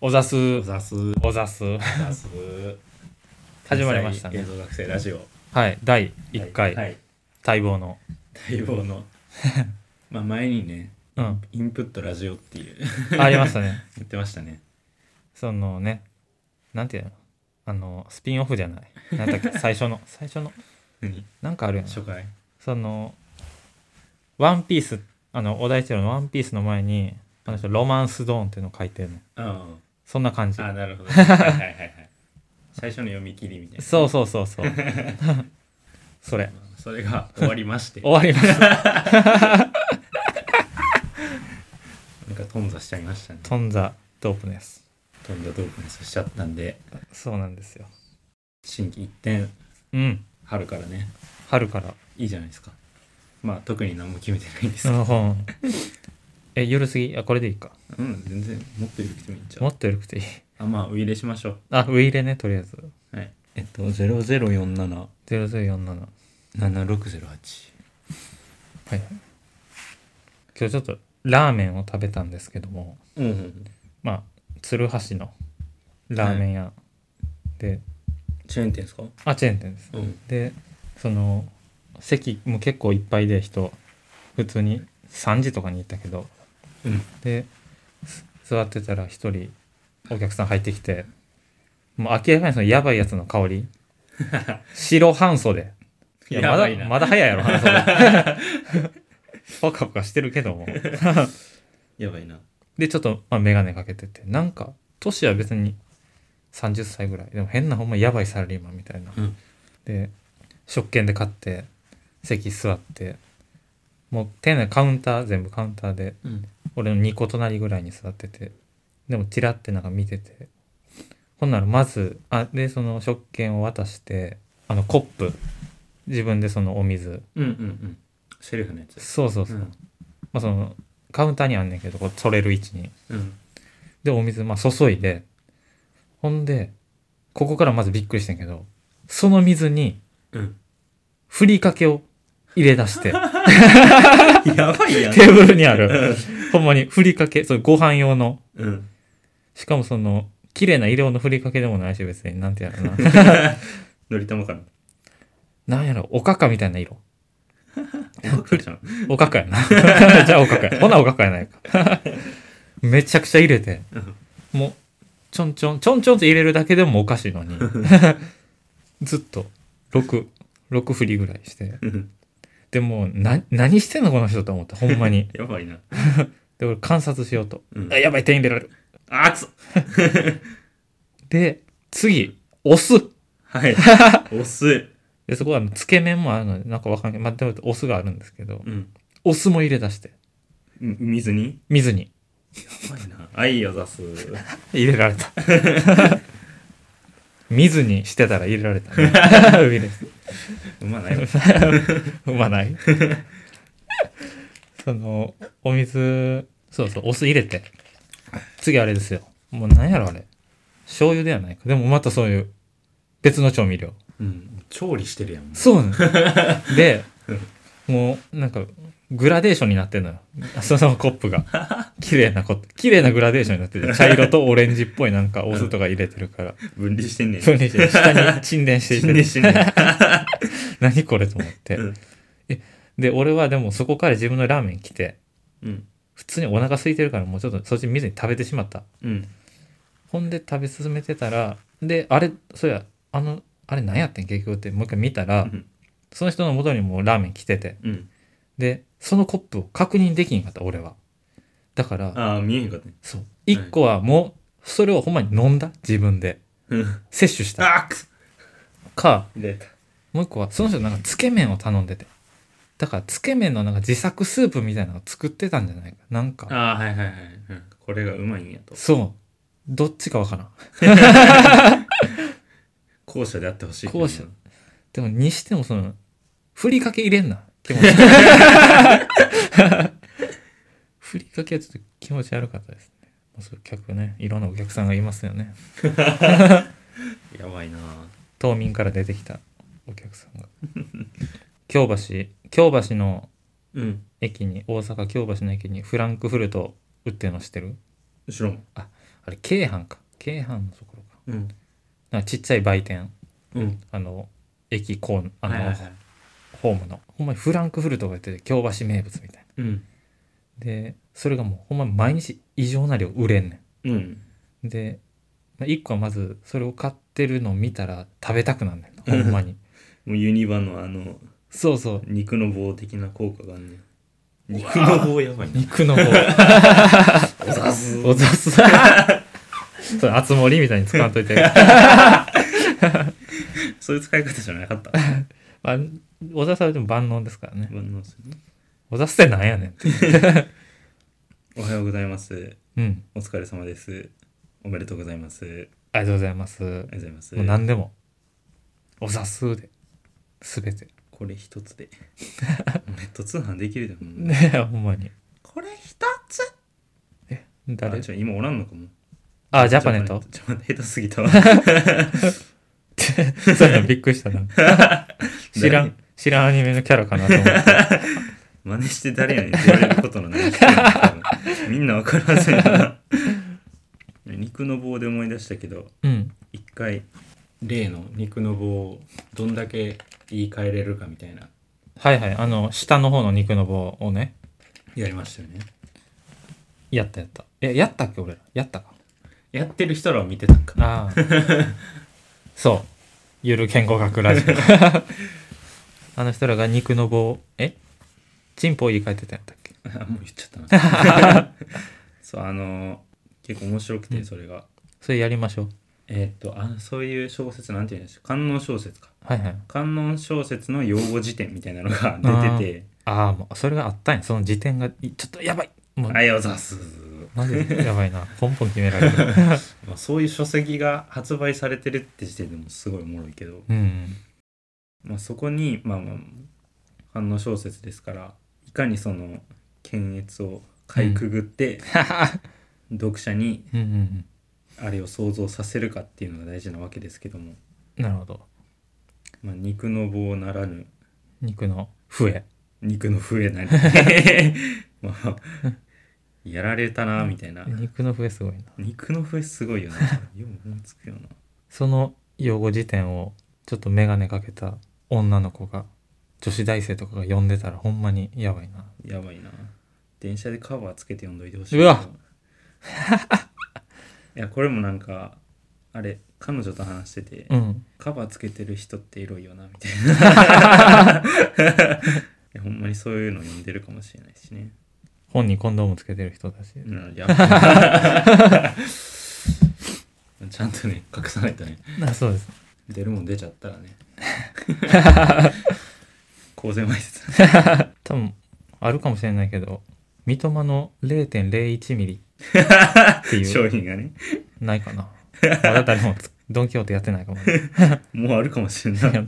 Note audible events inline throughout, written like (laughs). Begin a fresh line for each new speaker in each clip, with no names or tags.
おざす
お、ざす。
おざす。
おざす。
始まりましたね
天才映像学生ラジオ。
はい、第1回、
はい。
待望の。
待望
(laughs)
の。まあ前にね、
うん、
インプットラジオっていう (laughs)
ありましたね。 (laughs)
言ってましたね。
そのね、なんていうのあの、スピンオフじゃない。なんだっけ、
(laughs)
最初の、最初の、
何
なんかあるよね。
初回
その、ワンピース、あの、小田一郎のワンピースの前に、あの人、ロマンスドーンっていうの書いてるの。
あ
そんな感じ (laughs)
あ、。あなるほど。はいはいはいはい。最初の読み切りみたいな。
そうそうそう
(laughs)
そう。それ、
まあそれが終わり
(laughs)
まして、
終わりました。
なんか頓挫しちゃいましたね。
とんざドープです。
とんだドープネスしちゃったんで、
そうなんですよ。
新規一点、
うん、
春からね、
春から。
いいじゃないですか。まあ特に何も決めてないんです
う
けど。
んうんえ、夜過ぎあ、これでいいか。
うん、全然もっと緩くてもいいんちゃう
もっと緩くていい。
あまあ上入れしましょ
あ、上入れね、とりあえず。
うはいえっと00477608
0047。はい。今日ちょっとラーメンを食べたんですけども、
うんうん
まあ、鶴橋のラーメン屋で、
チェーン店ですか
あ、チェーン店です。
うん
で、その、席も結構いっぱいで人、普通に3時とかに行ったけど、
うん
で、す座ってたら一人お客さん入ってきて、もう明らかにそのやばいやつの香
(laughs)
り。白半袖。いや
やばい
ま
な、
だまだ早いやろ、半
(laughs)
袖ポカポカしてるけども。
やばいな
で、ちょっと、まあ、メガネかけてて、なんか、年は別に30歳ぐらい。でも変なほんまやばいサラリーマンみたいな。
うん
で、食券で買って、席座って、もう店内カウンター、全部カウンターで、
うん
俺の2個隣ぐらいに座っててでもチラってなんか見ててほんならまずあでその食券を渡してあのコップ自分でそのお水
うんうんうんセルフのやつ
そうそうそう、
うん
まあそのカウンターにあんねんけどこう取れる位置に
うん
でお水まあ注いでほんでここからまずびっくりしてんけどその水に
うん
ふりかけを入れ出して
やばいやん
テーブルにあるほんまにふりかけそうご飯用の
うん
しかもその綺麗な色のふりかけでもないし別になんてやろな
のりたまかな
なんやろおかかみたいな色
おかかちゃん
おかかやな (laughs) じゃあおかかやほなおかかやないか (laughs) めちゃくちゃ入れて
うん
もうちょんちょんちょんちょんって入れるだけでもおかしいの
(laughs)
にずっと66振りぐらいして
うん
でもうな何してんのこの人と思ってほんま
(laughs)
に
やばいな
で俺観察しようと、
うん
あやばい点入れられる
あくそ
で次押す
はいお酢
でそこはあのつけ麺もあるのでなんかわかんないまあでもお酢があるんですけど
うん
お酢も入れ出して
み水に
水に
やばいな愛を出す
入れられた水にしてたら入れられた、ね、海です
うまないわ
うまないそのお水そうそうお酢入れて次あれですよもう何やろあれ醤油ではないかでもまたそういう別の調味料
うん調理してるやん
そうなのでもうなんかグラデーションになってんのよそのコップ (laughs) が綺麗なコップ綺麗なグラデーションになってて茶色とオレンジっぽいなんかお酢とか入れてるから
分離してんねん
分離して下に沈殿してい
死んで
て
死んで
何これと思って、
うん
えで俺はでもそこから自分のラーメン来て
うん
普通にお腹空いてるからもうちょっとそっち水に食べてしまった
うん
ほんで食べ進めてたらであれそうやあのあれ何やってん結局ってもう一回見たら、
うん
その人の元にもうラーメン来てて
うん
でそのコップを確認できんかった俺はだから
ああ見えへんかったね
そう1個はもうそれをほんまに飲んだ自分で
うん
摂取した
あーくそ
か
入れた
もう一個はその人なんかつけ麺を頼んでてだからつけ麺のなんか自作スープみたいなのを作ってたんじゃないかなんか
ああはいはいはい、うん、これがうまいんやと
そうどっちかわからん
後者であってほしいけど
後者でもにしてもそのふりかけ入れんな気持ちふりかけはちょっと気持ち悪かったですねもうそういう客ねいろんなお客さんがいますよね
やばいな
島民から出てきたお客さんが京橋京橋の
うん
駅に大阪京橋の駅にフランクフルト売ってるの知ってる
後ろも
あれ京阪か京阪のところか
うん
なんかちっちゃい売店
うん
あの駅コーンあ
はい
の、
はいはい
ホームのほんまにフランクフルトがやってて京橋名物みたいな
うん
でそれがもうほんまに毎日異常な量売れんね
うん
んで1個はまずそれを買ってるのを見たら食べたくなんねんほんまに
もうユニバのあの
そう
(laughs)
そう
肉の棒的な効果があんねん肉の棒やばいな
肉の棒
おざす
おざす
(laughs)
それ熱盛みたいに使わんといて
そういう使い方じゃなかった
まあ、小田さんはでも万能ですからね。
万能ですね
小田ってなんやねんって。
おはようございます
うん。
お疲れ様ですおめでとうございますあり
ありがとうございます。も
がとうございます
う何でも。小田すで。すべて。
これ一つ (laughs) でネット通販できるでもんね
ねえ、ほんまに。
これ一つ
誰
あちょ今おらんのかも
あ、ジャパネット
ちょっと待って下手すぎたわ (laughs)
そういうのびっくりした (laughs) な。知らん、知らんアニメのキャラかなと思って。
真似して誰やねんって言われることのない人やな多分 (laughs) みんな分からずに
(laughs)
な肉の棒で思い出したけど
うん。
一回例の肉の棒をどんだけ言い換えれるかみたいな
はいはい。あの、下の方の肉の棒をね、
やりましたよね
やったやった。え、やったっけ俺ら。やったか。
やってる人らを見てたんか
ああ。 (laughs) そう。ゆる健康学ラ (laughs) ジオ。あの人らが肉の棒、えチンポを言い換えてたんやったっけ
(laughs) あもう言っちゃった
(laughs)
なそうあのー結構面白くてそれが、
それやりましょう。
えーっとあそういう小説なんて言うんでしょう観音小説か
はいはい。
観音小説の用語辞典みたいなのが出てて
ああ、もうそれがあったんや。その時点が、いちょっとやばい。も
「
う、
あよざす」
マジでやば (laughs) いな。ポンポン決められる。
まあ、そういう書籍が発売されてるって時点でもすごいおもろいけど、
(laughs) うん。
まあ、そこにまあまあ観音小説ですからいかにその検閲をかいくぐって、読者に
うんうん
あれを想像させるかっていうのが大事なわけですけども、
うん。なるほど。
まあ、肉の棒ならぬ
肉の笛。
肉の笛なり、 (laughs) まあ、やられたなみたいな
肉の笛すごいな。
肉の笛すごいよなよう思いつくよな
その用語辞典をちょっと眼鏡かけた女の子が女子大生とかが読んでたらほんまにやばいな
やばいな電車でカバーつけて読んどいてほしいう
わ
(laughs) いやこれもなんかあれ彼女と話してて、
うん
カバーつけてる人ってエロいよなみたい
(laughs)
ないやほんまにそういうの読んでるかもしれないしね
本にコンドームつけてる人だし、
うん
(laughs)
やばいちゃんとね隠さないとね
あそうです
出るもん出ちゃった
(laughs)
らね公然わいせつ
多分あるかもしれないけど三笘の0.01ミリって (laughs)
な
いう
商品がね
ないかなまだ誰もつドン・キホーテやってないかも、ね、
もうあるかもしれない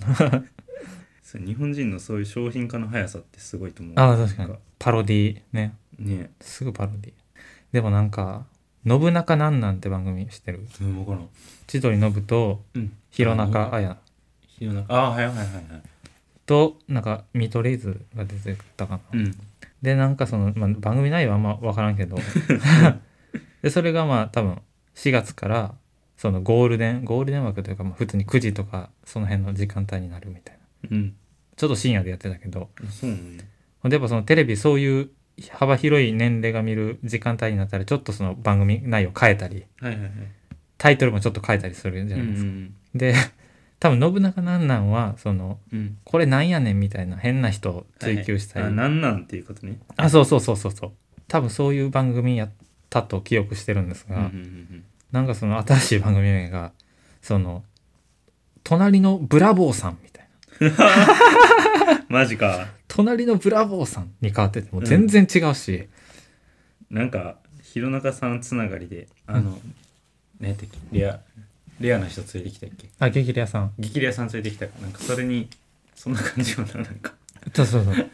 そう日本人のそういう商品化の速さってすごいと思う
ああ確か
な
に
ん
パロディね
ね
すぐパロディでもなんか「信長なんなん」て番組知ってる
え分からん
千鳥信と
うん
弘中綾
弘中ああはいはいはいはい
となんか見取り図が出てたかな、
うん
でなんかその、まあ、番組内容はあんま分からんけどでそれがまあ多分4月からそのゴールデンゴールデン枠というかまあ普通に9時とかその辺の時間帯になるみたいな
うん
ちょっと深夜でやってたけど
そうなんや
ほんでやっぱそのテレビそういう幅広い年齢が見る時間帯になったらちょっとその番組内容変えたり
はいはいはい
タイトルもちょっと変えたりするじゃ
う
ないですか、
ん
で多分信長なんなんはその
うん
これなんやねんみたいな変な人を追求したり、
はいはいあなんなんっていうことね
あそうそうそうそうそう多分そういう番組やったと記憶してるんです
う
が、
んうんうん
なんかその新しい番組名がその隣のブラボーさんみたいな
うんマジか
隣のブラボーさんに変わっててもう全然違うし、
なんか弘中さんつながりであの何やったっけレアレアな人連れてきたっけ
あ激レアさん
激レアさん連れてきたかなんかそれにそんな感じよななんか
そうそうそう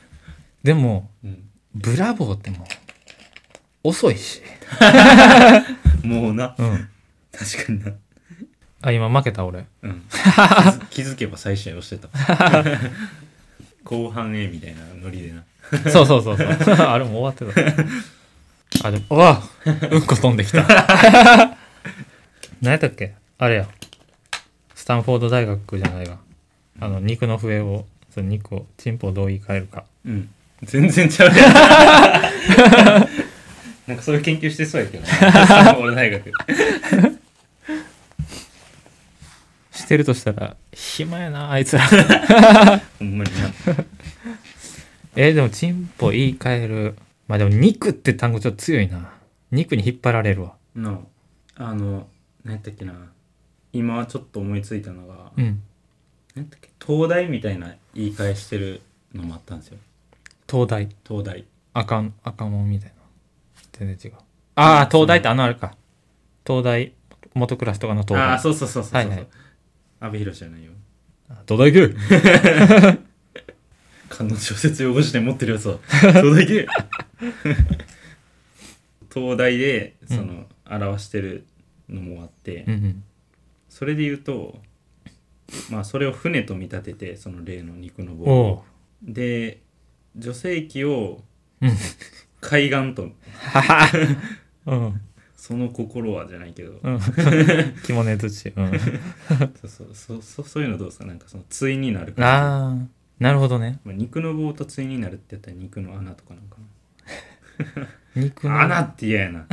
でも
うん
ブラボーってもう遅いし、
もうな
うん、
確かにな
あ今負けた (laughs) 俺
うん (laughs) 気づけば再試合をして (laughs) た後半 A みたいなノリでな
そうそうそうそう (laughs) あれもう終わってたあでもうわうんこ飛んできた (laughs) 何やったっけあれやスタンフォード大学じゃないがあの肉の笛をその肉をチンポをどう言い換えるか
うん全然ちゃうや (laughs) んなんかそういう研究してそうやけど (laughs) な俺大学
してるとしたら暇やなあいつら (laughs)
ほんまにな
えでもチンポ言い換えるまあでも肉って単語ちょっと強いな肉に引っ張られるわ
のあの何やったっけな今ちょっと思いついたのが、
うん
何やったっけ東大みたいな言い返してるのもあったんですよ
東大
東大
赤ん赤門みたいな全然違うああ東大ってあのあれか東大元クラスとかの東
あ
大
あそうそうそうそうそう、
はいはい
安倍博じゃないよ
あ東大行け
観音小説用語辞典持ってる
(laughs)
やつは東大行け東大でその、表してるのもあって、
うんうん
それで言うとまあそれを船と見立ててその例の肉の棒
おう
で女性器を
うん
海岸と
うん
その心はじゃないけど、
うん (laughs) 肝根土地うん
そうそうそうそうそういうのどうですかなんかその対になるから
ああなるほどね
まあ、肉の棒と対になるってやったら肉の穴とかなんか
肉
な
の
穴って嫌やな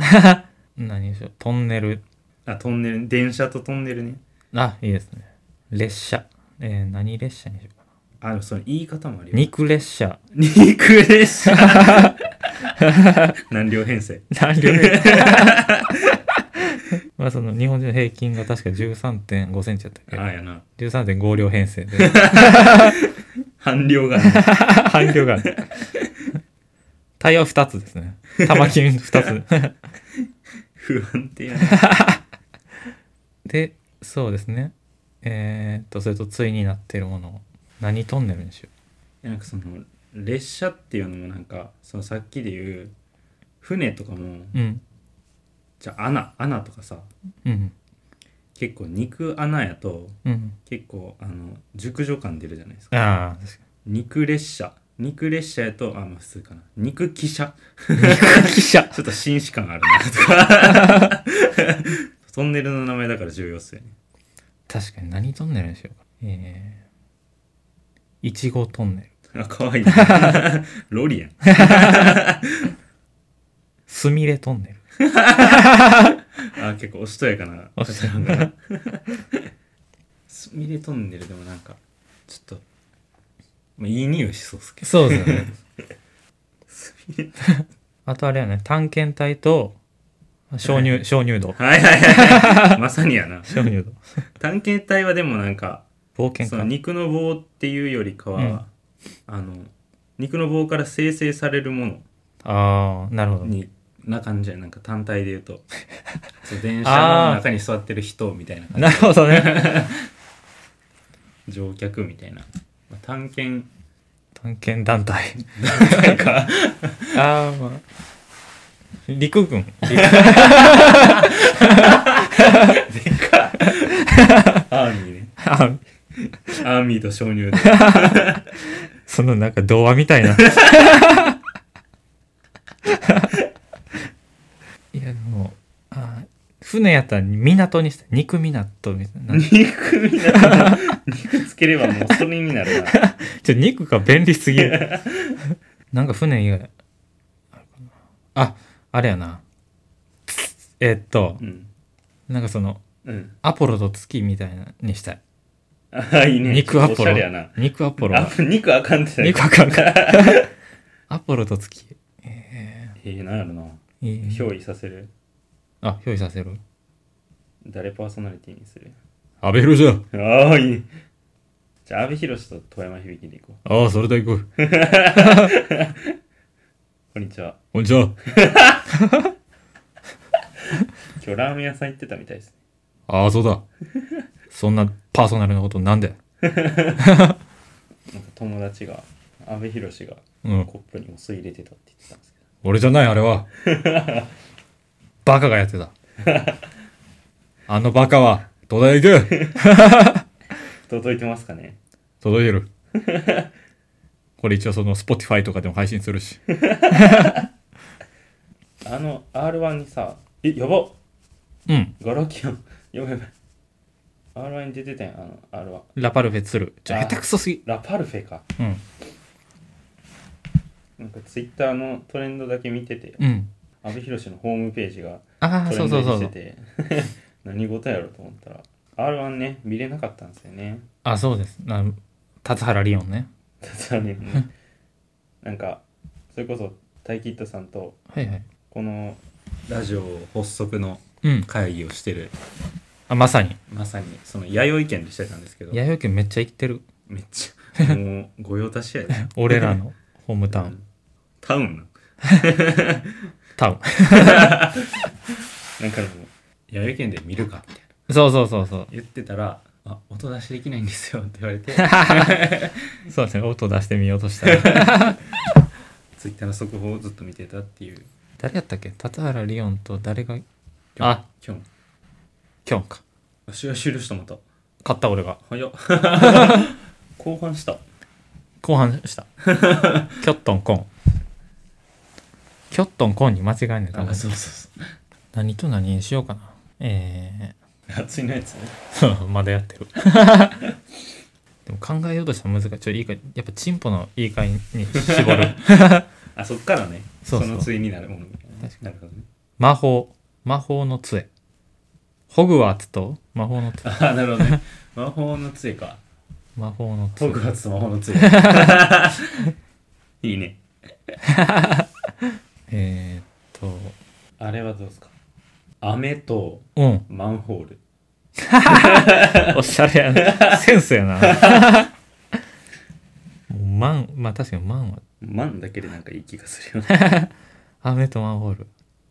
何でしょうトンネル
あトンネル電車とトンネルね
あいいですね列車えー、何列車にしようかな
あでもその言い方もあるよ
肉列車
肉列車何両編成
何両目 (laughs) まあその日本人の平均が確か13.5センチだったっけ
ああやな
ど13.5両編成で
半量がな
反響があるタイヤ2つですね玉金2つ
不安定やな
(laughs) でそうですねえー、っとそれと対になってるものを何トンネルにしよ
なんかその列車っていうのもなんかそのさっきで言う船とかも
ううん
じゃあ穴穴とかさ
うん
結構肉穴やと
うん
結構あの熟女感出るじゃないですか
ああ確か
肉列車肉列車やとあまあ普通かな肉汽車
に汽車
ちょっと紳士感あるなとかトンネルの名前だから重要っすよね
(laughs) 確かに何トンネルにしようかえー、いちごトンネル
あ可愛い (laughs) ロリやん
すみれトンネル
あ結構おしとやかな
おしとやか
方 (laughs) がすみれトンネルでもなんかちょっと、まあ、いい匂いしそうっすけど
そうです (laughs) よねあとあれやね探検隊と鍾乳鍾乳洞
はいはいはいはいまさにやな
鍾乳洞
探検隊はでもなんか
冒険
その
家
肉の棒っていうよりかは、
うん
あの肉の棒から生成されるも
ああなるほ
の
ど
にな感じやなんか単体で言う (laughs) とそう電車の中に座ってる人みたいな感
なるほどね
じ乗客みたいな、まあ、探検
探検団体
隊か
ああまあ陸 (laughs) 軍
(laughs) アーミーね
あ
アーミーと鍾乳洞
そのなんか童話みたいな (laughs) いやでもあー船やったら港にして肉港みたい (laughs) な
(laughs) 肉になる肉つければもうそれになるな
ちょ肉が便利すぎ (laughs) るなんか船以外あるかなああれやなえっと
うん
なんかその
うん
アポロと月みたいなにしたい
ああいいね
肉アポ
おしゃ
ロ
れやな
肉アポロ
あ肉あかんって
肉
え
あかんかアポロと月え
(laughs) えー、なんやろな
ー、いい
憑依させる
あ表示させる
誰パーソナリティにする
阿部寛じゃん
ああいいねじゃあ阿部寛と富山響でいこう
ああそれで行く
こんにちは
こんにちは
今日ラーメン屋さん行ってたみたいですね
ああそうだそんなパーソナルなことなんで
なんか友達が阿部寛が
うん
コップにお酢入れてたって言ってたんですけど
俺じゃないあれはバカがやってたあのバカは東大行け
届いてますかね
届いてるこれ一応その Spotify とかでも配信するし
あの R1 にさえやばっ
うん
ガラキアン読めば R1 に出てたやんあの R1
ラパルフェ鶴。ちょ、
あー
下手くそすぎ。
ラパルフェか
うん。
なんかツイッターのトレンドだけ見てて
うん。
阿部寛のホームページが
ああ、
ト
そう
レ
そう
ンドに
そ
し
うそ
て
う。
て (laughs) 何事やろと思ったら R1 ね見れなかったんですよね
あ、そうです。な、辰原リオンね。(laughs)
さにねなんかそれこそタイキッドさんと
はいはい。
このラジオ発足の
うん。
会議をしてる
あ、まさに。
まさにその弥生県でしてたんですけど
弥生県めっちゃ生きてる。 (laughs)
めっちゃもう御用達やで
俺らのホームタウ
う
ン。
んタウンな
タウ
(laughs)
ン。
なんかでも弥生県で見るかみたいな
そうそうそうそう。
言ってたら「あ音出しできないんですよ」って言われ (laughs) て
そうですね。音出してみようとしたら。
(laughs) ツイッターの速報をずっと見てたっていう
誰やったっけ辰原リオンと誰が、あ、
今日も
キョンか。
あ試合終了したまた
勝った俺が。
早っ (laughs) 後半した
後半
(laughs)
した。キョットンコン。キョットンコンに間違えない多分
うそうそ
何と何にしようかな。え
う暑いのやつね
ー、 (laughs) そう、まだや
(laughs)
ってる。でも考えようとしたら難しい。ちょ、いいか、やっぱチンポのいいかいに絞
(laughs)
る。
あそっからね
そうそう
の対になるものみたいなね
確
なるほどね
魔法。魔法の杖。ホグワーツと魔法の杖。
あなるほどね魔法の杖か
魔法の
ホ
杖
グ。ワーツと魔法の杖 (laughs) いいね
えー、っと、
あれはどうですか飴と (laughs)
うん。
マンホール
おしゃれやな。センスやな。もうマン、まあ確かにマンは
マンだけでなんかいい気がするよね
雨とマンホール。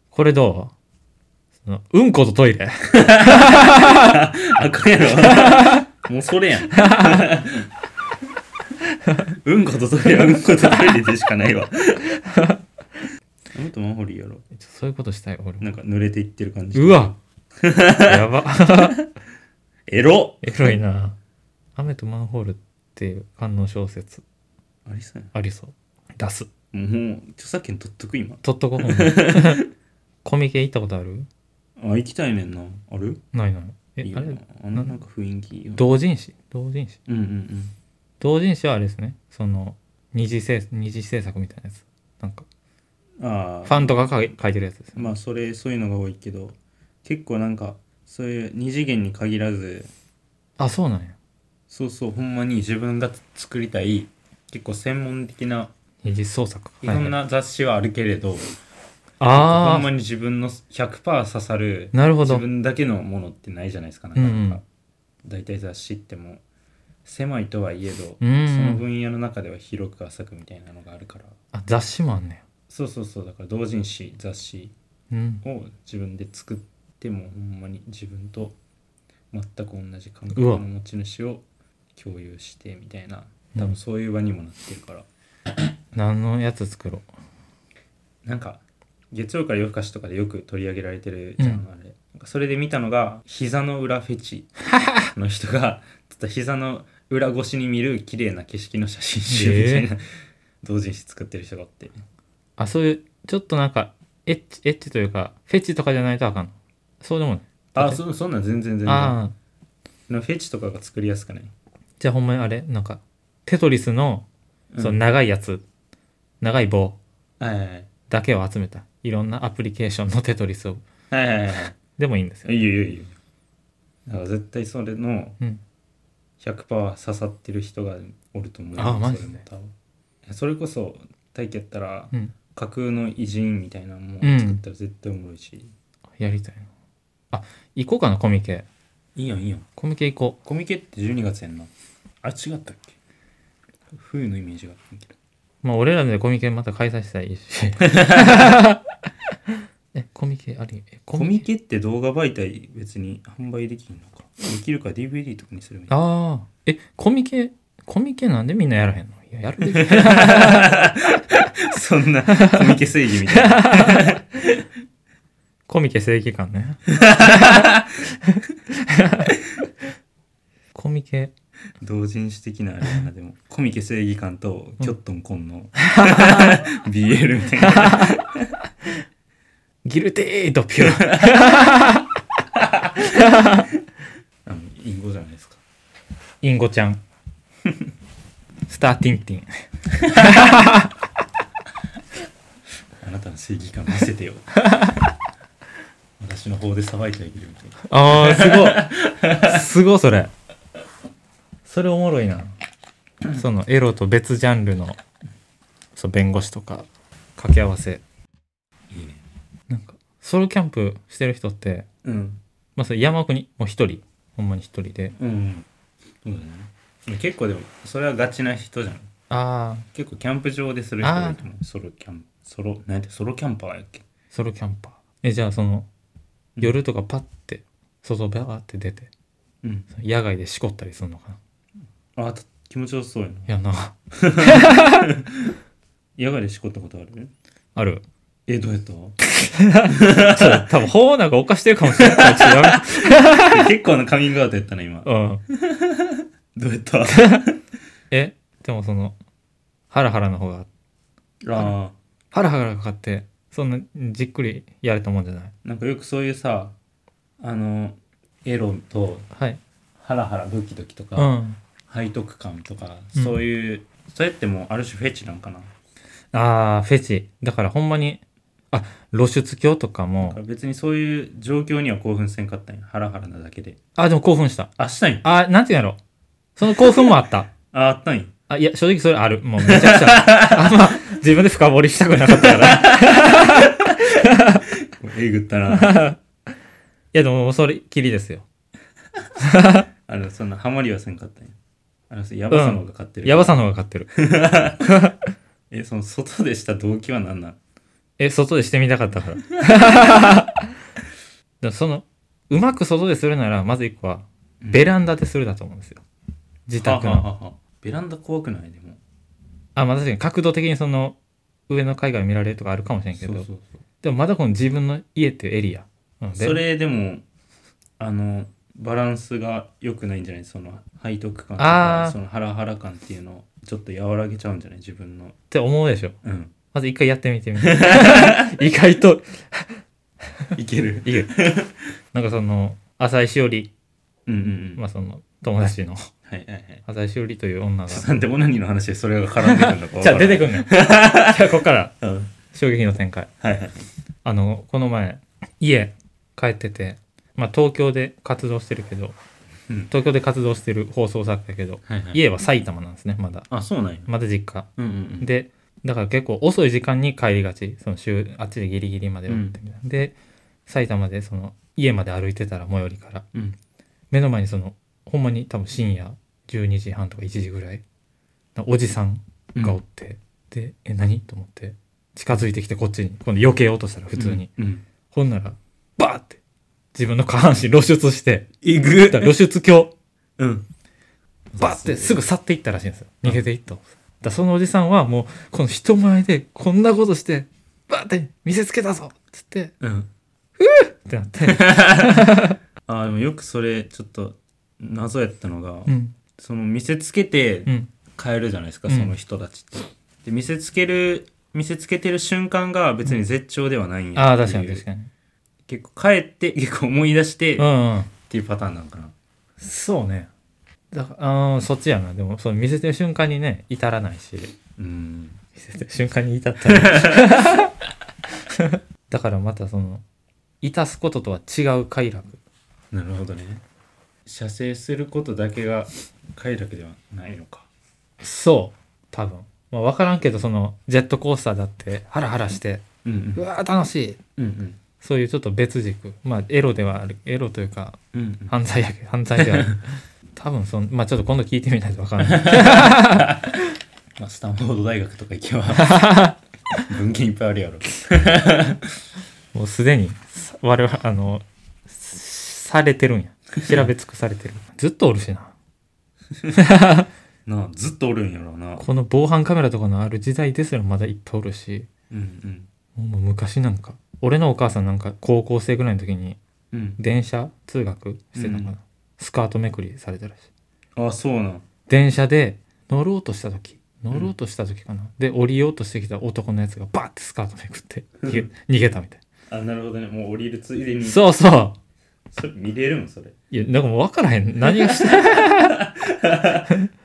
これどうそのうんことトイレ。 (laughs)
(laughs) あかんや
(laughs)
ろもうそれやんうんことトイレはうんことトイレでしかないわうんとマンホールいいやろ
そういうことしたい、俺。
なんか濡れていってる感じ
うわやば。
エロ
エロいな。雨とマンホールっていう観音小説
ありそうや
ありそう。出す。
なもう著作権取っとく今
取っとこう。ほんまコミケ行ったことある
あ行きたいねんなある
ないない。え
いい、よ
あ
な
れ、
あのなんか雰囲気いいよ
同人誌同人誌
うんうんうん
同人誌はあれですね。その、二次制二次制作みたいなやつ。なんか、
ああ
ファンとかが書い書いてるやつです。
まあそれそういうのが多いけど結構なんかそういう二次元に限らず
あ、そうなんや。
そうそうほんまに自分が作りたい結構専門的な
二次創作。
いろん
はいはい
な雑誌はあるけれど、ほ
あ
んま
あ、
に自分の100%刺さる
なるほ
自
ど。
分だけのものってないじゃないですかなか
うんう
なんか大体雑誌っても狭いとはいえど、
うん
その分野の中では広く浅くみたいなのがあるから
あ雑誌もあんね
そうそうそうだから同人誌雑誌
やうん
を自分で作ってもほんまに自分と全く同じ感覚
うわ
の持ち主を共有してみたいな多分そういう場にもなってるから、
何のやつ作ろ
なんか月曜から夜更かしとかでよく取り上げられてるじゃん、
うん
あれなんかそれで見たのが膝の裏フ
(laughs)
ェチの人がちょっと膝の裏越しに見る綺麗な景色の写真集みたいな、同人誌作ってる人があって
うあそういうちょっとなんかエッチエッチというかフェチとかじゃないとあかんのそうでもない
あそそんなん全然全然
ああ
でもフェチとかが作りやすくない
じゃあほんまにあれなんかテトリスの
うん
その長いやつ、長い棒
はいはいはい
だけを集めたいろんなアプリケーションのテトリスを
はいはいはい
でもいいんですよ、
いいよいいよいいよだから絶対それの
うん、
100%刺さってる人がおると思うよ
あマジで
それも多分それこそ体験やったら
うん、
架空の偉人みたいなのも
うん
作ったら絶対おもろいし、
やりたいなあ行こうかなコミケ
いいやんいいやん
コミケ行こ
コミケって12月やんなあれ違ったっけ冬のイメージがあったんやけど
うまあ俺らでコミケまた開催したらいいし (laughs) えコミケありえ
コミケって動画媒体別に販売できんのかできるか DVD とかにすればいい
ああ、え、コミケ、コミケなんでみんなやらへんのいや、やるでしょ (laughs)
そんな (laughs) コミケ正義みたいな
コミケ正義感ね。 (laughs) コミケ、
同人誌的なあれやなでもコミケ正義感とキョットンコン (laughs) の BL みたいな
ギルテードピュア。
あの隠語じゃないですか
インゴちゃんスターティンティン
あなたの正義感見せて (laughs) よ私の方でさばいてあげるみたいな
ああ (laughs) すごいすごいそれそれおもろいなそのエロと別ジャンルのそう弁護士とか掛け合わせ
いいね
なんかソロキャンプしてる人って、
うん
まあ、それ山奥にもう一人ほんまに一人で
うんそうだね結構でもそれはガチな人じゃん
ああ
結構キャンプ場でする人多いと思うソロキャンプソロなんてソロキャンパーやっけ
ソロキャンパーえじゃあその夜とかパッて外バーって出て
うん
その野外でしこったりするのかな
あた気持ちよさそうやない
やな
野外でしこったことある
ある
えどうやった (laughs)
そう多分法なんか犯してるかもしれないからちょっとや
結構なカミングアウトやったな今
め (laughs) うん
どうやった (laughs) あ
えでもそのハラハラの方が
あ
ハラハラがかかってそんなじっくりやれたもんじゃない
なんかよくそういうさあのエロと
はい
ハラハラドキドキとか、
うん
背徳感とか、
うん
そういうそれってもうある種フェチなんかな
あーフェチだからほんまにあ露出狂とか
だ
も
から別にそういう状況には興奮せんかったんやハラハラなだけで
あでも興奮した
あしたんや
あなんていうんやろその興奮もあった
ああったんや
あいや正直それあるもうめちゃくち (laughs) ゃあんま自分で深掘りしたくなかったからい
えぐっ
(laughs)
たな
やでもそれっきりです (laughs) よ
あのそんなハマりはせんかったんやあのそれヤバさの方が勝ってる、
ヤバさの方が勝ってる
えその外でした動機は何なの
え外でしてみたかったからだ (laughs) からそのうまく外でするならまず一個はベランダでするだと思うんですよ自宅の
ははははベランダ怖くないでも
あまあ確かに角度的にその上の海外見られるとかあるかもしれんけど
そうそう
でもまだこの自分の家っていうエリアなので
それでもあのバランスが良くないんじゃないその背徳感と
あ
か
ー
そのハラハラ感っていうのをちょっと和らげちゃうんじゃない自分の
って思うでしょ
うん
まず一回やってみてみ
(laughs)
て意外と
いける
(laughs) いいよなんかその浅井しおり、
うんうんうん
まあ、その友達の
はいはいはい
浅井しおりという女が
ちょっとなんでオナニーの話でそれが絡んでくるの
(laughs)
か
じゃあ出てく
る
んねんじゃあこっから
うんはい
衝撃の展開
はい
あのこの前家帰ってて、まあ、東京で活動してるけど、
うん
東京で活動してる放送作家やけど、
はいはい
家は埼玉なんですねまだ
あそうなんや
まだ実家
うんうん
でだから結構遅い時間に帰りがちその週あっちでギリギリまではってみたいなで埼玉でその家まで歩いてたら最寄りから
うんうん
目の前にそのほんまに多分深夜12時半とか1時ぐらいなおじさん
うん
がおって、で「え何?」と思って近づいてきてこっちに今度避けようとしたら普通に、
うん
ほんならバーって自分の下半身露出して
えぐ
だから露出狂
うん
バッてすぐ去っていったらしいんですよ逃げていっただからそのおじさんはもうこの人前でこんなことしてバッて見せつけたぞっつって
うん
ってな (laughs) って、
あーでもよくそれちょっと謎やったのが
うん
その見せつけて
うん、
変えるじゃないですか、
うん
その人たちってで見せつける見せつけてる瞬間が別に絶頂ではないんや
ああ
っていう
確かに確かに
結構帰って結構思い出してっ
うん、うん、
ていうパターンなんかな、
そうねだからあーそっちやなでもその見せてる瞬間にね至らないし見
うん、
せてる瞬間に至ったら (laughs) だからまたその致すこととは違う快楽
なるほどね射精することだけが快楽ではないのか
そう多分まあ分からんけどそのジェットコースターだってハラハラして
うん
うわー楽しい
うんうん
そういうちょっと別軸まあエロではあるエロというか
うんうん
犯罪やけ犯罪で
(laughs)
はある多分そのまあちょっと今度聞いてみないと分からない
まあ、スタンフォード大学とか行けば (laughs) 文献いっぱいあるやろ
もうすでにさ我々あのすされてるんや調べ尽くされてるずっとおるしな
なあずっとおるんやろうな
この防犯カメラとかのある時代ですらまだいっぱいおるし
うん
もう昔なんか俺のお母さんなんか高校生ぐらいの時に
うんうん
電車通学してたのかな、
うん
スカートめくりされたらしい
あそうなん
電車で乗ろうとした時乗ろうとした時かな、で降りようとしてきた男のやつがバッてスカートめくって逃げ逃げたみたい
あなるほどねもう降りるついで
な
に
そうそう
それ見れるんそれ
いやだからもう分からへん何がしたい、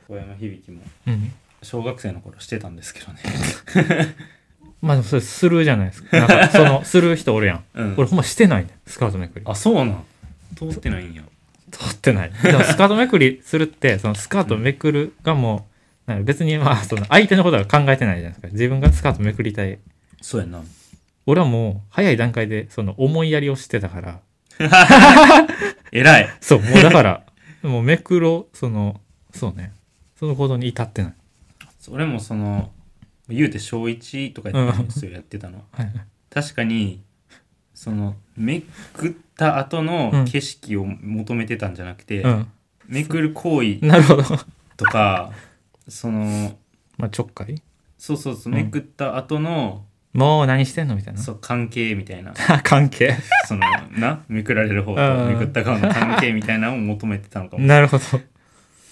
小山響も
うん、
小学生の頃してたんですけどね
まあでもそれするじゃないですかなんかそのする人おるやん、
うん
俺ほんましてないねスカートめくり
あそうなん通ってないんや
通ってないでもスカートめくりするってそのスカートめくるがもうなんか別にまあその相手のことは考えてないじゃないですか自分がスカートめくりたい
そうやな
俺はもう早い段階でその思いやりをしてたから
偉い
そうもうだから (laughs) もうめくろうそのそうねその行動に至ってない、
俺もその言うて小1とかやったんですよやってたの
はい、
確かにそのめくった後
うん
の景色を求めてたんじゃなくて、
うん
めくる行為
なるほど
とかその
(laughs) まあちょっかい
そうそうそう
うん
めくった後の、
もう (laughs) 何してんのみたいな
そう関係みたいな
関係
その (laughs) なめくられる方
う
と
ん
めくった側の関係みたいなのを求めてたのかも
なるほどう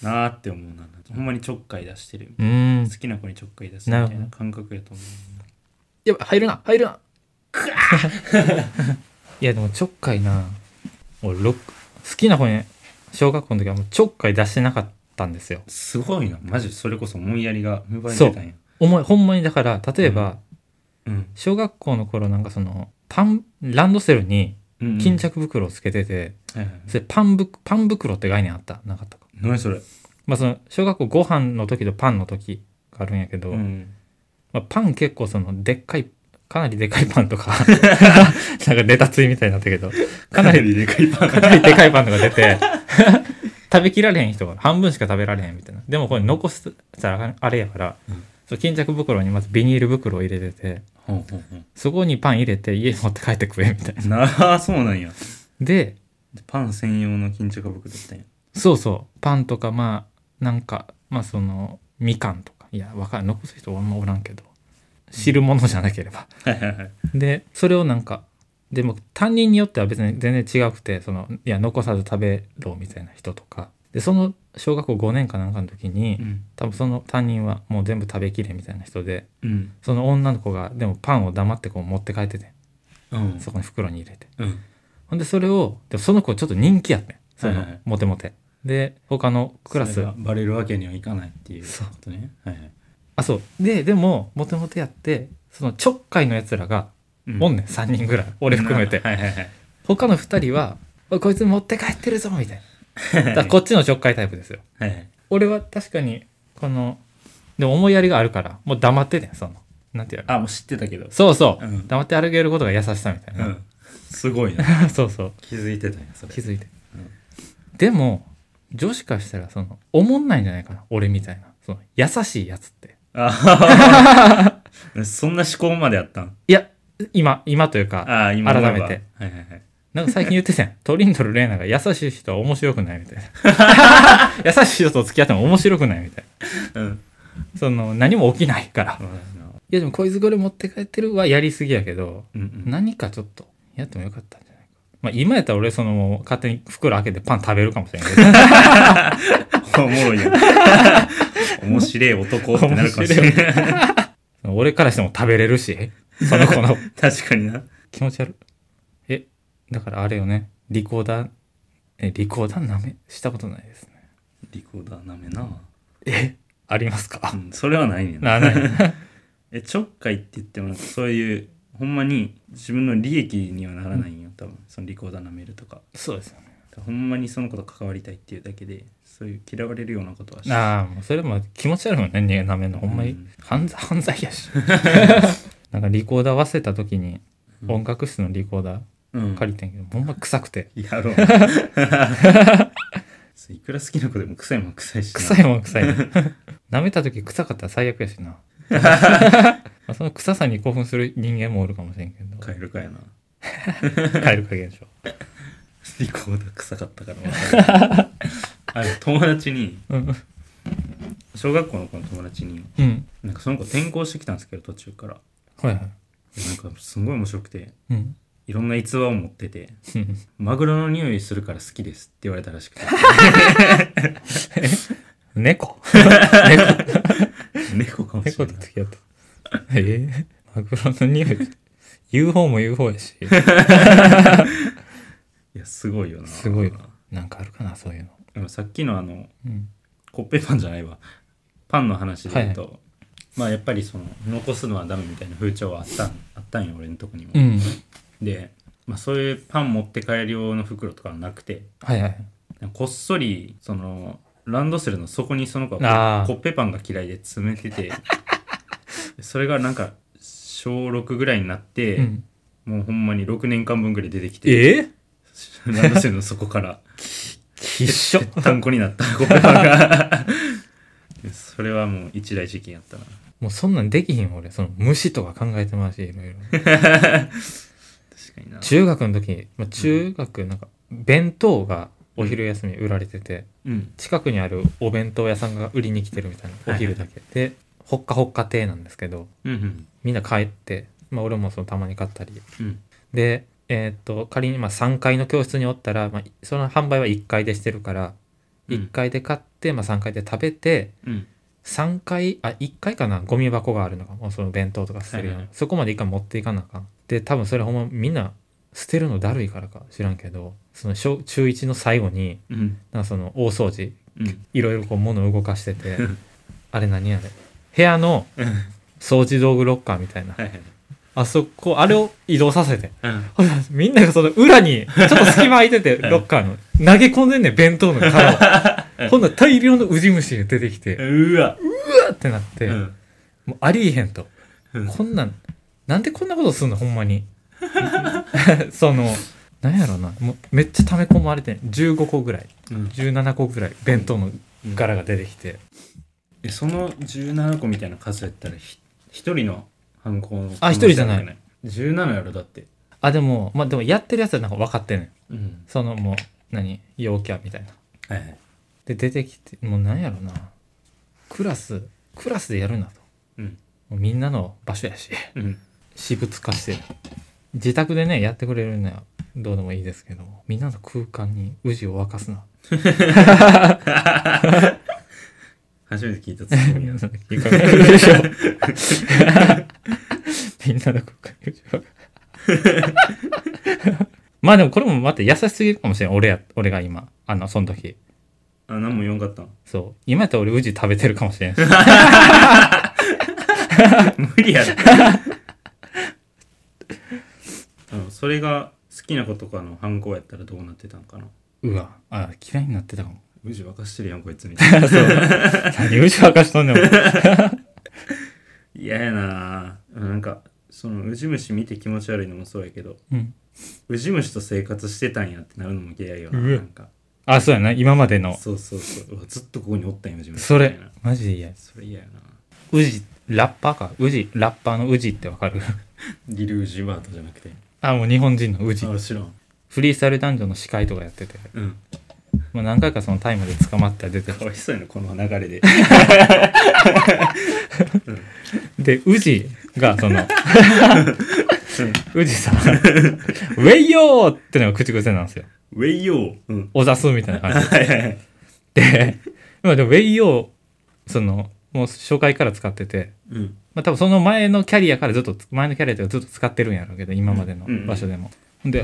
なーって思うなほんまにちょっかい出してる
ーん
好きな子にちょっかい出すみた
なる
い
ほど
な感覚やと思
やばい入るな入るな (laughs) いやでもちょっかいな俺ロック好きな子に小学校の時はもうちょっかい出してなかったんですよ
うすごいなマジそれこそ思いやりが芽生えてたんや
思いほんまにだから例えば、
うん
小学校の頃なんかそのパンランドセルに
うんうん
巾着袋をつけてて、
はいはいはい
それパンぶパン袋って概念あったなかったか
何それ
まあその小学校ご飯の時とパンの時があるんやけど、
うん
まあ、パン結構そのでっかいかなりでかいパンと
(laughs)
かなんかネタついみたいになったけどかなり
りでかいパン
かなりでかいパンとか出て (laughs) 食べきられへん人が半分しか食べられへんみたいなでもこれ残したらあれやから、
うん
その巾着袋にまずビニール袋を入れてて
ほんほんほん
そこにパン入れて家持って帰って食えみたいな
なあそうなんや
で
パン専用の巾着袋だったんや
そうそうパンとかまあなんかまあそのみかんとかいやわかん残す人はあんまおらんけど汁物じゃなければ
はいはいはい
でそれをなんかでも担任によっては別に全然違くてそのいや残さず食べろみたいな人とかでその小学校5年かなんかの時に
うん
多分その担任はもう全部食べきれみたいな人で
うん
その女の子がでもパンを黙ってこう持って帰ってて
うん
そこに袋に入れて
うん
ほんでそれをでもその子ちょっと人気やってんそ
は
の
いはいはい
モテモテで他のクラ
そ
ス
れがバレるわけにはいかないっていうことねはいはい
あそうででもモテモテやってそのちょっかいのやつらが
うん
おんねん、3人ぐらい俺含めて
(laughs) はいはいはい
他の2人は「おいこいつ持って帰ってるぞ」みたい
はい (laughs)
なだからこっちのちょっかいタイプですよ
はい
俺は確かにこのでも思いやりがあるからもう黙っててんそのなんていうの
あもう知ってたけど
そうそう、
うん
黙って歩けることが優しさみたいうな、
んすごい
(laughs)
な
そうそう
気づいてたんやそれ
気づいて、
うん
でも女子からしたらその思んないんじゃないかな俺みたいなその優しいやつって
あははそんな思考まであったん
いや今今というか
ああ今
改めて
思えばはいはいはい
なんか最近言ってた (laughs) やん。トリンドル・レイナが優しい人は面白くないみたい (laughs) な。優しい人と付き合っても面白くないみたい
うん
な。その、何も起きないから。いやでもこいつこれ持って帰ってるはやりすぎやけど、
うんうん
何かちょっとやってもよかったんじゃないか。まあ今やったら俺そのもう勝手に袋開けてパン食べるかもしれんけど。 (laughs)
おもろ (laughs) いやん面白い男ってなるかもしれない
その俺からしても食べれるし、その子の
(laughs) 確かにな
(laughs) 気持ち悪い。え、だからあれよね。リコーダー、え、リコーダーなめしたことないですね。
リコーダーなめな
え、ありますか
うんそれはないねん
な、ない。
えちょっかいって言ってもなんかそういうほんまに自分の利益にはならないんよ多分そのリコーダーなめるとか
(laughs) そうですよね。
ほんまにその子と関わりたいっていうだけでそういう嫌われるようなことはしない
ああ、もうそれも気持ち悪いもんね、ねなめんの。ほんまに、
うん
犯罪犯罪や
(laughs)
し。なんかリコーダー忘れた時に、
うん
音楽室のリコーダ
うん
ー借りてんけど、ほんま臭くて。(laughs)
やろうそういくら好きな子でも臭いもん臭いしな
臭いもん臭い
(laughs)
もん。舐めた時臭かったら最悪やしな。まあその臭さに興奮する人間もおるかもしれんけど、
カエルかやな
カエル化現象。
リコーダー臭かったからわ
(laughs)
かるあれ友達に
うん。
小学校の子の友達に
うん。
なんかその子転校してきたんですけど途中から
はいはい。
なんかすごい面白くて
うん。
いろんな逸話を持ってて
うん
マグロの匂いするから好きですって言われたら
(laughs)
しくて (laughs)
猫
猫かもし
猫と
れない
付き合った。ええマグロの匂い。UFO も UFO やし。
いやすごいよな
すごいなんかあるかなそういうの、
でもさっきのあの
うん、
コッペパンじゃないわパンの話で言うと、まあやっぱりその残すのはダメみたいな風潮はあったんあったんよ俺のとこにも、
うん、
で、まあ、そういうパン持って帰る用の袋とかはなくて
はいはい
こっそりそのランドセルの底にその子
あ
は
ー
コッペパンが嫌いで詰めてて (laughs) それがなんか小6ぐらいになって、
うん
もうほんまに6年間分ぐらい出てき
え
て
ー、
(laughs) ランドセルの底から
きっしょ
単語に (laughs) なったコッペパンがそれはもう一大事件やったな
(laughs) もうそんなんできひん俺その虫とか考えてまうしいろい (laughs) ろ
確かにな
中学の時に、まあ、中学なんか弁当がお昼休み売られてて、
うん
近くにあるお弁当屋さんが売りに来てるみたいなお昼だけ、でほっかほっか亭なんですけど
うんうん
みんな帰って、まあ、俺もそのたまに買ったり
うん
でえーっと仮にまあ3階の教室におったら、まあ、その販売は1階でしてるから
うん
1階で買って、まあ、3階で食べて
うん
3階あ1階かなゴミ箱があるのかもうその弁当とか捨てるような、
はいはいは
そこまで一回持っていかなあかんで多分それほんまみんな捨てるのだるいからか知らんけどその小中1の最後に
うん
なんかその大掃除
うん
いろいろこう物を動かして
(laughs)
てあれ何あれ部屋の掃除道具ロッカーみたいな
はいはい
あそこあれを移動させて (laughs)
うん
ほらみんながその裏にちょっと隙間空いて
(laughs)
てロッカーの投げ込んでんねん弁当の殻
(laughs)
をほんなら大量のウジ虫が出てきてう
うわ
わってなって、
うん
もうありえへんと、
うん
こんなんなんでこんなことすんのほんまに (laughs) そのなんやろなもうめっちゃ溜め込まれてん15個ぐらい
うん
17個ぐらい弁当の柄が出てきて、
えその17個みたいな数やったらひ一人の犯行の
あ一人じゃない
17やろだって
あでもまあでもやってるやつはなんか分かってんねん
うん
そのもう何陽キャみたいな
はいはい
で出てきてもうなんやろなクラスクラスでやるなと
うん
もうみんなの場所やし
うん
私物化して自宅でねやってくれるのはどうでもいいですけどみんなの空間に宇治を沸かすな
初めて聞いたツッ
(laughs)
コ
み
ミ
んな
や
の
な
空間に宇治を沸かすみんなの空間に宇治を沸かすまあでもこれも待って優しすぎるかもしれん俺や俺が今あのその時
あ何も言わんかったん
そう今やったら俺宇治食べてるかもしれんし
無理や (laughs) ろあのそれが好きな子とかの犯行やったらどうなってたんかな
うわあ嫌いになってたかも
無事沸かしてるやんこいつみたいな
何宇治沸かしとんねん俺
嫌やなあなんかそのウジ虫見て気持ち悪いのもそうやけど
うん
ウジ虫と生活してたんやってなるのも嫌いよな
うわ
なんか
あそうやな今までの
そうそうそううわずっとここにおったんやウジ虫
そ
み
れ
たいな
マジで嫌です
それ嫌やな
宇治ラッパーか宇治ラッパーの宇治ってわかる (laughs)
リルウジバートじゃなくて
あもう日本人の宇治
あ知らん
フリースタイルダンジョンの司会とかやってて、
うん
まあ、何回かそのタイムで捕まって出てき
か
て
わいそうやなこの流れで
で宇治がそ
(laughs)
の宇治さんウェイヨーってのが口癖なんですよ
ウェイヨーうん
おざすみたいな感
(laughs)
じ
(laughs) はいはいはい
でまあでもウェイヨーそのもう初回から使ってて
うん
まあ多分その前のキャリアからずっと前のキャリアというかずっと使ってるんやろうけど今までの
うんうん
場所でも、ほんで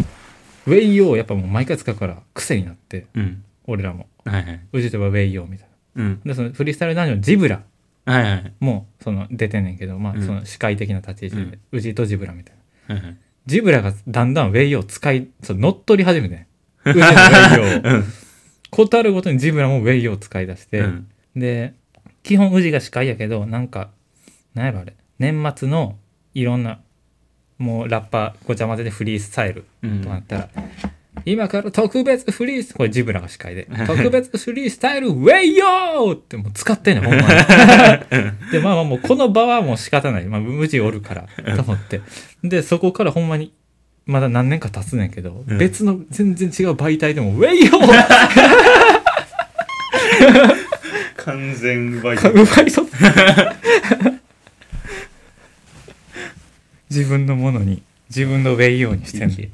ウェイヨーやっぱもう毎回使うから癖になって
うん
俺らも
はいはい
宇治といえばウェイヨーみたい
うん
なでそのフリースタイルダンジョンジブラ
はいはい
もその出てんねんけどまあ
うん
その司会的な立ち位置で、宇治とジブラみたいな
はいはい
ジブラがだんだんウェイヨー使いそう乗っ取り始めてん宇治のウェイヨーを (laughs) ことあるごとにジブラもウェイヨー使い出して、
うん
で基本宇治が司会やけどなんかなんやろあれ年末のいろんなもうラッパーごちゃ混ぜでフリースタイル
う
となっ
ん
たら、今から特別フリースこれジブラが司
(laughs)
会で特別フリースタイルウェイヨーってもう使ってんのほんま
(laughs)
にでまあまあもうこの場はもう仕方ない、まあ、無事おるからと思ってでそこからほんまにまだ何年か経つねんけど、
うん
別の全然違う媒体でもウェイヨー
完全奪い (laughs)
か奪い取った自分のものに自分のウェイ用にしてんの
い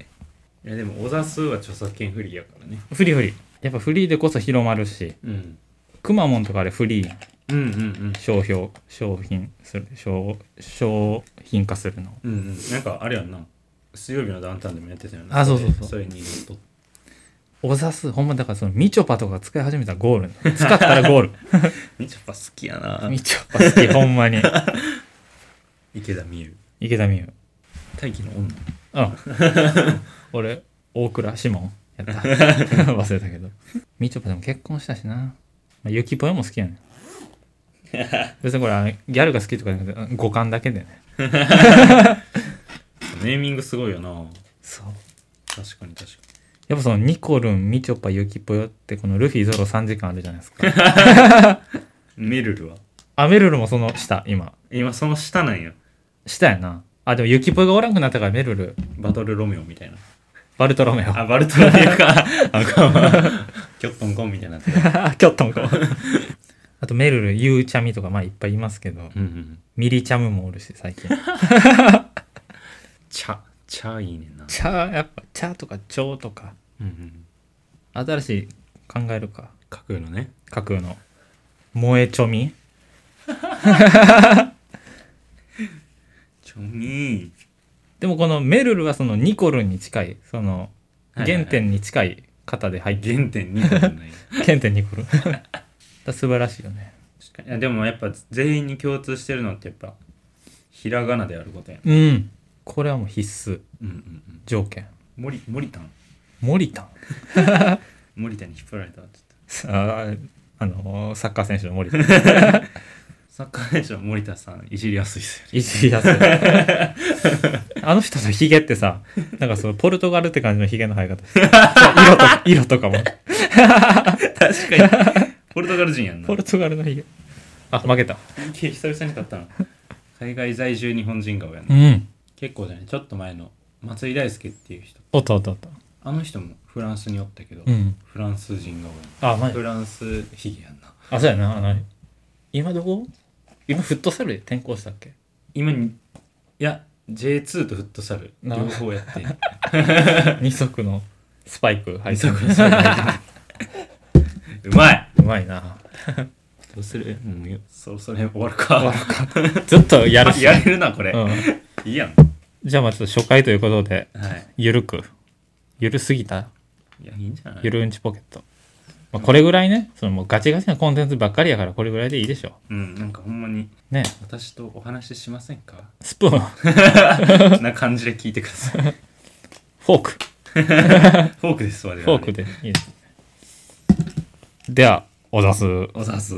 やでも小ザスは著作権フリーやからね
フリーフリーやっぱフリーでこそ広まるし
うん
くまモンとかあれフリーやん
うんうん
商標商品する商商品化するの
うんうんうんなんかあれやんな水曜日のダウンタウンでもやってたよな
あそうそうそう
それにと
おざすほんまだからそのみちょぱとか使い始めたらゴールなの使ったらゴール
みちょぱ好きやな
(laughs) みちょぱ好きほんまに
池田美優
池田美優
大気の女
うん (laughs) 俺大倉志門やった (laughs) 忘れたけどみちょぱでも結婚したしな、まあ、ゆきぽよも好きやねん別にこれあのギャルが好きとかじゃなくてうん五感だけでね
ネーミングすごいよな
そう
確かに確か
やっぱそのニコルンみちょぱゆきぽよってこのルフィゾロ3時間あるじゃないですか
にめるるは
アメルルもその下今
今その下なんや
下やなあでもゆきぽよがおらんくなったからメルル
バトルロメオみたいな
バルトロメオ (laughs)
あバルトロメオ (laughs) かあかんわキョットンコンみたいになってる
キョットンか (laughs) あとメルルゆうちゃみとかまあいっぱいいますけど、
うんうん
ミリチャムもおるし最近
茶茶いいねんな
(laughs) チャーやっぱチャーとかチョーとか
うんうん
新しい考えるか
書くのね
架空の萌えちょみ
ちょみー
でもこのメルルはそのニコルンに近いその
はいはいはい
原点に近い方で入って、
原点に書くない
(laughs) 原点ニコルン (laughs) だから素晴らしいよね
確かにいやでもやっぱ全員に共通してるのってやっぱひらがなであることやん
うんこれはもう必須
うんうんうん
条件
森森田
森田
森田に引っ張られたわちょっと
ああのサッカー選手の森田
サッカー選手は森田さんいじりやすいですよね
いじりやすいあの人のヒゲってさなんかそのポルトガルって感じのヒゲの生え方してる色と色とかも
確かに (laughs) ポルトガル人やんな
ポルトガルのヒゲあ負けた
PK 久々に買ったの海外在住日本人顔やな、
うん
結構じゃないちょっと前の松井大輔っていう人
おったおったおった
あの人もフランスにおったけど、
うん
フランス人顔や
あマ
な
ジ
フランスヒゲやんな
あそうやなあの今どこ今フットサルで転校したっけ
今にいや J2 とフットサル両
な
方やって
(laughs) 二足のスパイク入
二
ってる
足のスパイク履うまいう
まいな
どうするもうよそろそろ終わるか
終わるずっとやるし、
(laughs) やれるなこれ、
うん、
いいやん
じゃあまあちょっと初回ということで
はい
ゆるくゆるすぎた
いやいいんじゃない
ゆるうんちポケット、まあ、これぐらいねそのもうガチガチなコンテンツばっかりやからこれぐらいでいいでしょ
うんなんかほんまに
うね
私とお話ししません
(laughs)
か
スプーンフ
な感じで聞いてください
ォーク
フォークですわフ
フォークでいいですではおざす
おざす